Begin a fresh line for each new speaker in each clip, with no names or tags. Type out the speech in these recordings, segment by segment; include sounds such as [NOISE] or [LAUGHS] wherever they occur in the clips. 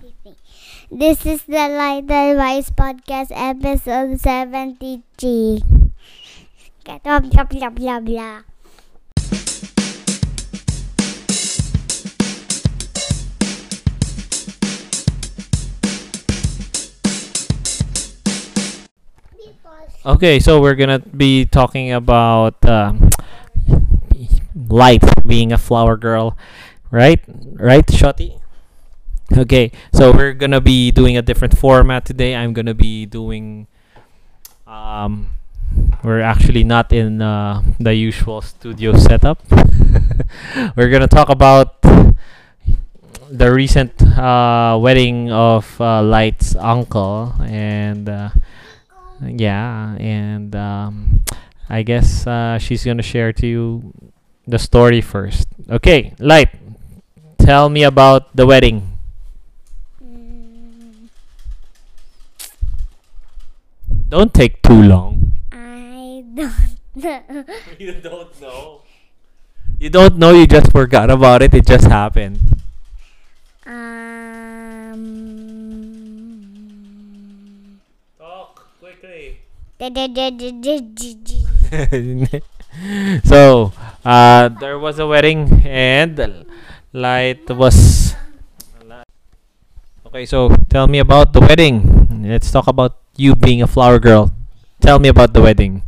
me. This is the Light Advice Podcast, episode 70G. Get up, blah, blah, blah, blah.
Okay, so we're gonna be talking about um, life being a flower girl, right? Right, Shotty? Okay, so we're gonna be doing a different format today. I'm gonna be doing. Um, we're actually not in uh, the usual studio setup. [LAUGHS] we're gonna talk about the recent uh, wedding of uh, Light's uncle and. Uh, yeah, and um, I guess uh, she's gonna share to you the story first. Okay, Light, tell me about the wedding.
Mm,
Don't take too long.
I don't [LAUGHS] know.
[LAUGHS] you don't know. You don't know. You just forgot about it. It just happened.
Um.
Talk quickly.
Yes.
[LAUGHS] so, uh, there was a wedding and Light was. Okay, so tell me about the wedding. Let's talk about you being a flower girl. Tell me about the wedding.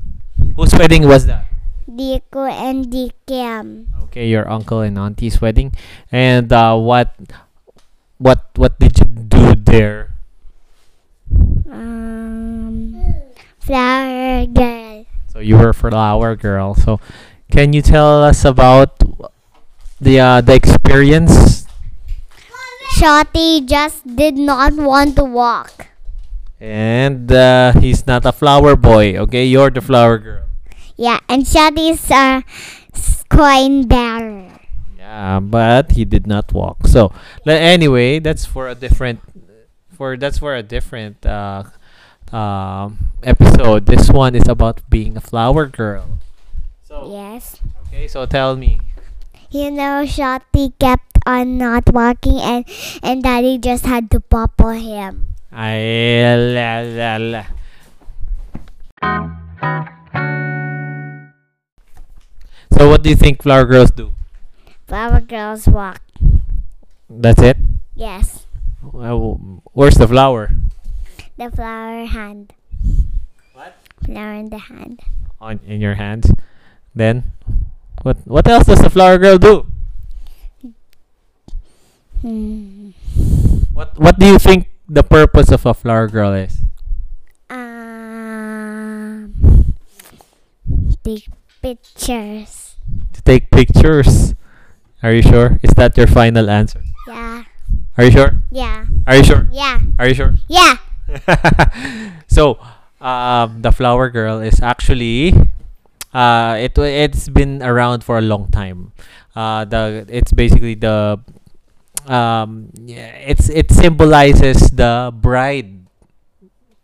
Whose wedding was that?
Dico and Dicam.
Okay, your uncle and auntie's wedding. And uh, what, what, what did you do there?
Um. Flower girl.
So you were flower girl. So, can you tell us about the uh, the experience?
Shotty just did not want to walk.
And uh, he's not a flower boy. Okay, you're the flower girl.
Yeah, and Shotty's a s- coin bearer.
Yeah, but he did not walk. So le- anyway, that's for a different for that's for a different uh, um, episode. This one is about being a flower girl. So
Yes.
okay, so tell me.
You know, Shotty kept on not walking, and and Daddy just had to popple him.
Ay, la, la, la. So what do you think flower girls do?
Flower girls walk.
That's it.
Yes,
Well, where's the flower?
the flower hand.
What?
Flower in the hand.
on in your hands. Then, what what else does the flower girl do?
Hmm.
What what do you think the purpose of a flower girl is?
Um. Take pictures.
To take pictures. Are you sure? Is that your final answer?
Yeah.
Are you sure?
Yeah.
Are you sure?
Yeah.
Are you sure?
Yeah.
[LAUGHS] so, um, the flower girl is actually, uh, it wa- it's been around for a long time. Uh, the it's basically the, um, yeah, it's it symbolizes the bride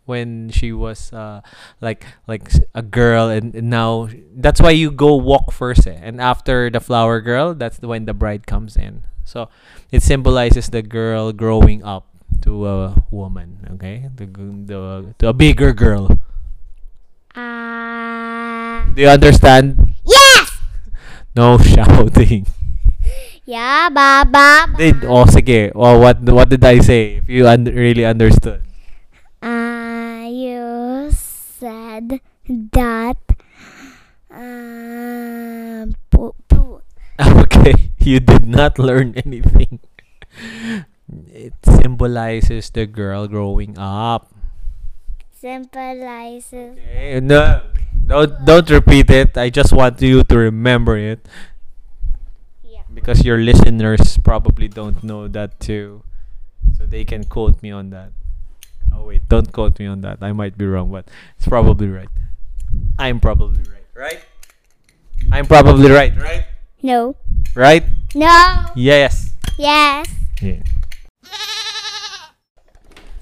when she was uh like like s- a girl and, and now that's why you go walk first eh? and after the flower girl that's when the bride comes in so it symbolizes the girl growing up to a woman, okay? To, g- the, to a bigger girl.
Uh,
Do you understand?
yes!
No [LAUGHS] shouting.
Yeah, Baba.
Did, oh, sige. Oh, what, what did I say? If you un- really understood. [LAUGHS]
Uh, you said that. Um, po- po-
Okay, you did not learn [LAUGHS] anything. It symbolizes the girl growing up.
symbolizes.
Okay? No, don't, don't repeat it. I just want you to remember it.
Yeah.
because your listeners probably don't know that too so they can quote me on that oh wait don't quote me on that i might be wrong but it's probably right i'm probably right right i'm probably right right
No.
right
No.
yes
Yes.
yeah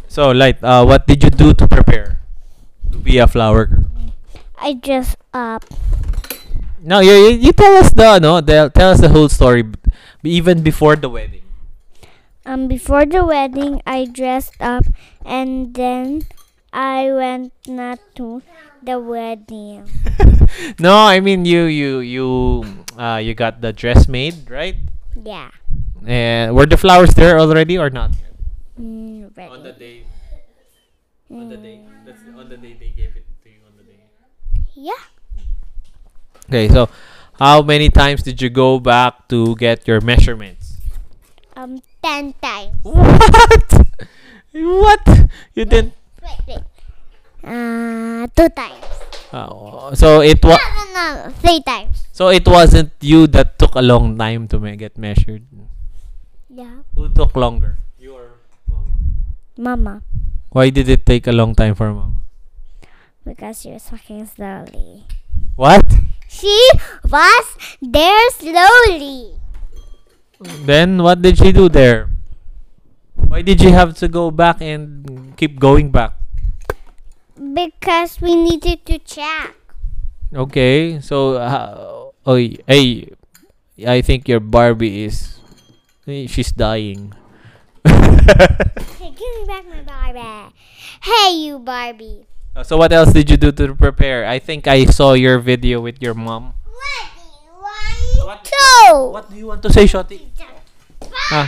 so light uh what did you do to prepare to be a flower girl
I just up.
no you you, you tell us the no the, tell us the whole story b- even before the wedding
Um, before the wedding, I dressed up and then I went not to the wedding.
[LAUGHS] No, I mean you you you uh you got the dress made, right?
Yeah.
And were the flowers there already or not?
Mm, ready.
day.
Mm,
That's on the day they gave it to you on the day.
Yeah.
Okay, so how many times did you go back to get your measurements? [LAUGHS]
Um, ten times.
What? What? You didn't
Wait, wait. Uh, two times.
Oh, so it was
No, no, no, three times.
so it wasn't you that took a long time to me- get measured.
Yeah.
Who took longer? You or mama?
Mama,
Why did it take a long time for mama?
because you're talking slowly.
What?
She was there slowly.
Then what did she do there? Why did she have to go back and keep going back?
Because we needed to check.
Okay, so uh, oh, hey, I think your Barbie is eh, she's dying. [LAUGHS]
Hey, give me back my Barbie. Hey, you Barbie.
Uh, so what else did you do to prepare? I think I saw your video with your mom.
What? One,
What-
two.
What do you want to say, Shotty?
Ah.
Ah.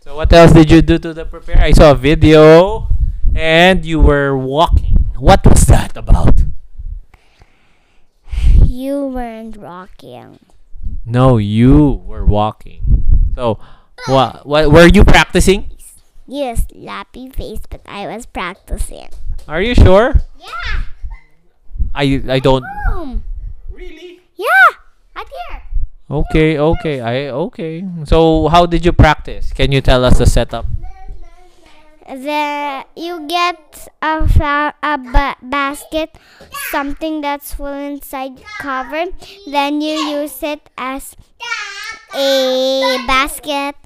So what else did you do to the prepare? I saw a video and you were walking. What was that about?
You weren't rocking.
No, you were walking. So what what were you practicing?
You sloppy face, but I was practicing.
Are you sure?
Yeah.
I I don't
Boom.
Really?
Yeah. Up here.
Okay, okay. I okay. So how did you practice? Can you tell us the setup?
The you get a fa- a ba- basket, something that's full inside covered. Then you use it as a basket,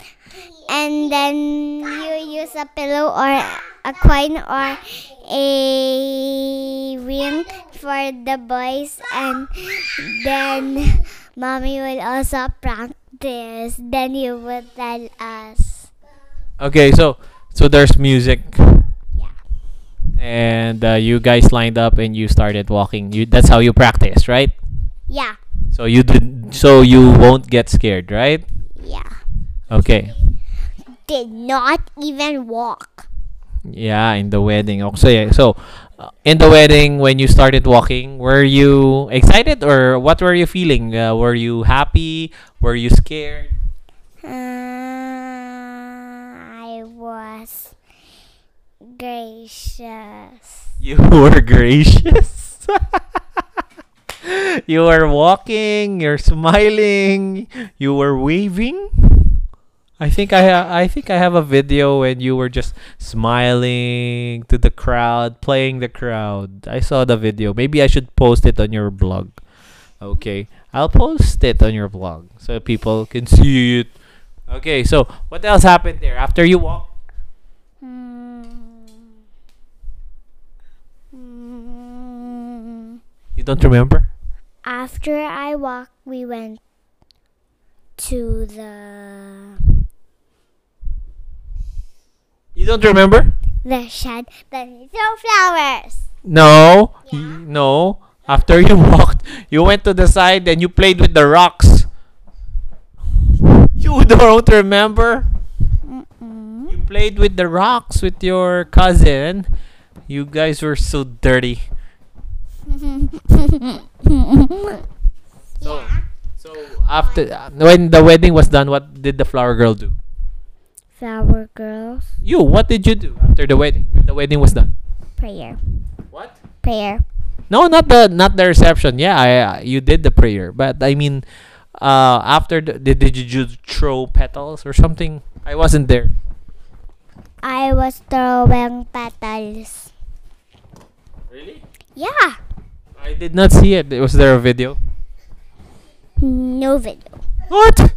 and then you use a pillow or a coin or a ring for the boys, and then mommy will also practice. Then you would tell us.
Okay, so so there's music.
Yeah.
And uh, you guys lined up and you started walking. You that's how you practice, right?
Yeah.
So you did so you won't get scared, right?
Yeah.
Okay.
did not even walk.
Yeah, in the wedding. Okay, so, yeah, so uh, in the wedding when you started walking, were you excited or what were you feeling? Uh, were you happy? Were you scared?
Uh, I was gracious.
You [LAUGHS] were gracious. [LAUGHS] you were walking, you're smiling, you were waving. I think I ha- I think I have a video when you were just smiling to the crowd, playing the crowd. I saw the video. Maybe I should post it on your blog. Okay. I'll post it on your blog so people can see it. Okay, so what else happened there after you walk?
Hmm. Hmm.
You don't remember?
After I walked, we went to the
You don't remember?
the shed that we throw flowers.
No,
Yeah?
y- no. After you [LAUGHS] walked, you went to the side and you played with the rocks. You [LAUGHS] don't remember?
Mm-mm.
You played with the rocks with your cousin. You guys were so dirty. So, so after uh, when the wedding was done, what did the flower girl do?
Flower girls
You, what did you do after the wedding? When the wedding was done?
prayer
What?
prayer.
No, not the not the reception. Yeah, I, uh, you did the prayer, but I mean, uh, after the, did, did you ju- throw petals or something? I wasn't there.
I was throwing petals.
Really?
Yeah.
I did not see it. Was there a video?
No video.
What?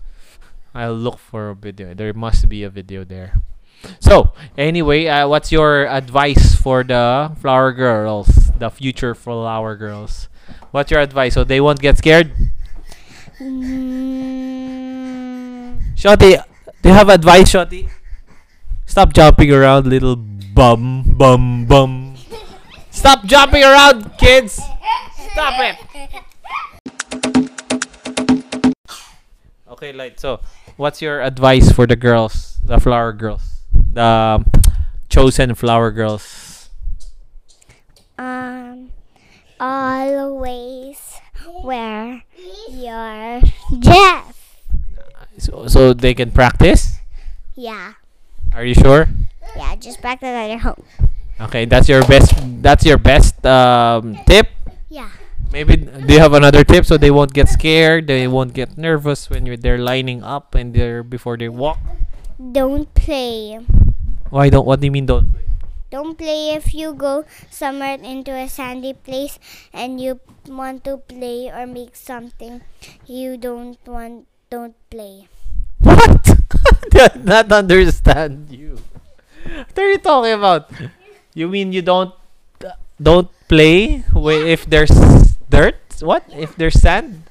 I'll look for a video. There must be a video there. So anyway, uh, what's your advice for the flower girls, the future flower girls? What's your advice so they won't get scared?
Mm,
Shante, Do you have advice, Shotty? Stop jumping around, little bum, bum, bum. Stop jumping around, kids! Stop it! Okay, Light, so what's your advice for the girls, the flower girls, the um, chosen flower girls?
Um, always wear your dress.
So, so they can practice?
Yeah.
Are you sure?
Yeah, just practice at your home.
Okay, that's your best. That's your best um, tip.
Yeah.
Maybe do you have another tip so they won't get scared, they won't get nervous when you're, they're lining up and they're before they walk.
Don't play.
Why don't? What do you mean don't? play?
Don't play if you go somewhere into a sandy place and you want to play or make something you don't want don't play.
What? [LAUGHS] Do not understand you. What are you talking about? You mean you don't don't play wi- if there's dirt? What? If there's sand?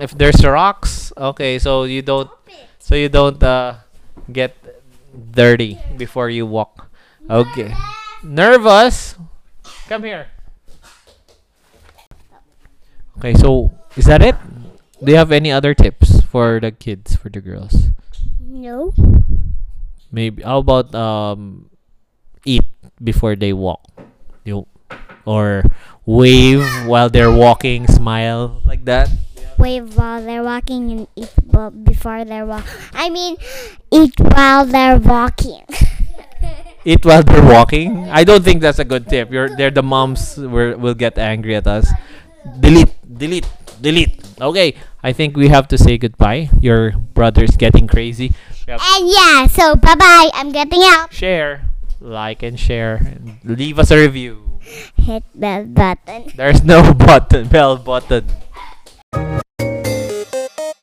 If there's rocks? Okay, so you don't so you don't uh, get dirty before you walk. Okay. Nervous? Come here. Okay, so is that it? Do you have any other tips for the kids, for the girls?
No.
Maybe how about um eat before they walk? You or wave while they're walking, smile like that.
Wave while they're walking and eat bu- before they're walk. I mean, eat while they're walking. [LAUGHS]
Eat while they're walking. I don't think that's a good tip. You're they're the moms will will get angry at us. Delete, delete, delete. Okay, I think we have to say goodbye. Your brother's getting crazy. We have-
and yeah, so bye bye. I'm getting out.
share, like and share, and leave us a review.
Hit the button.
[LAUGHS] There's no button, bell button.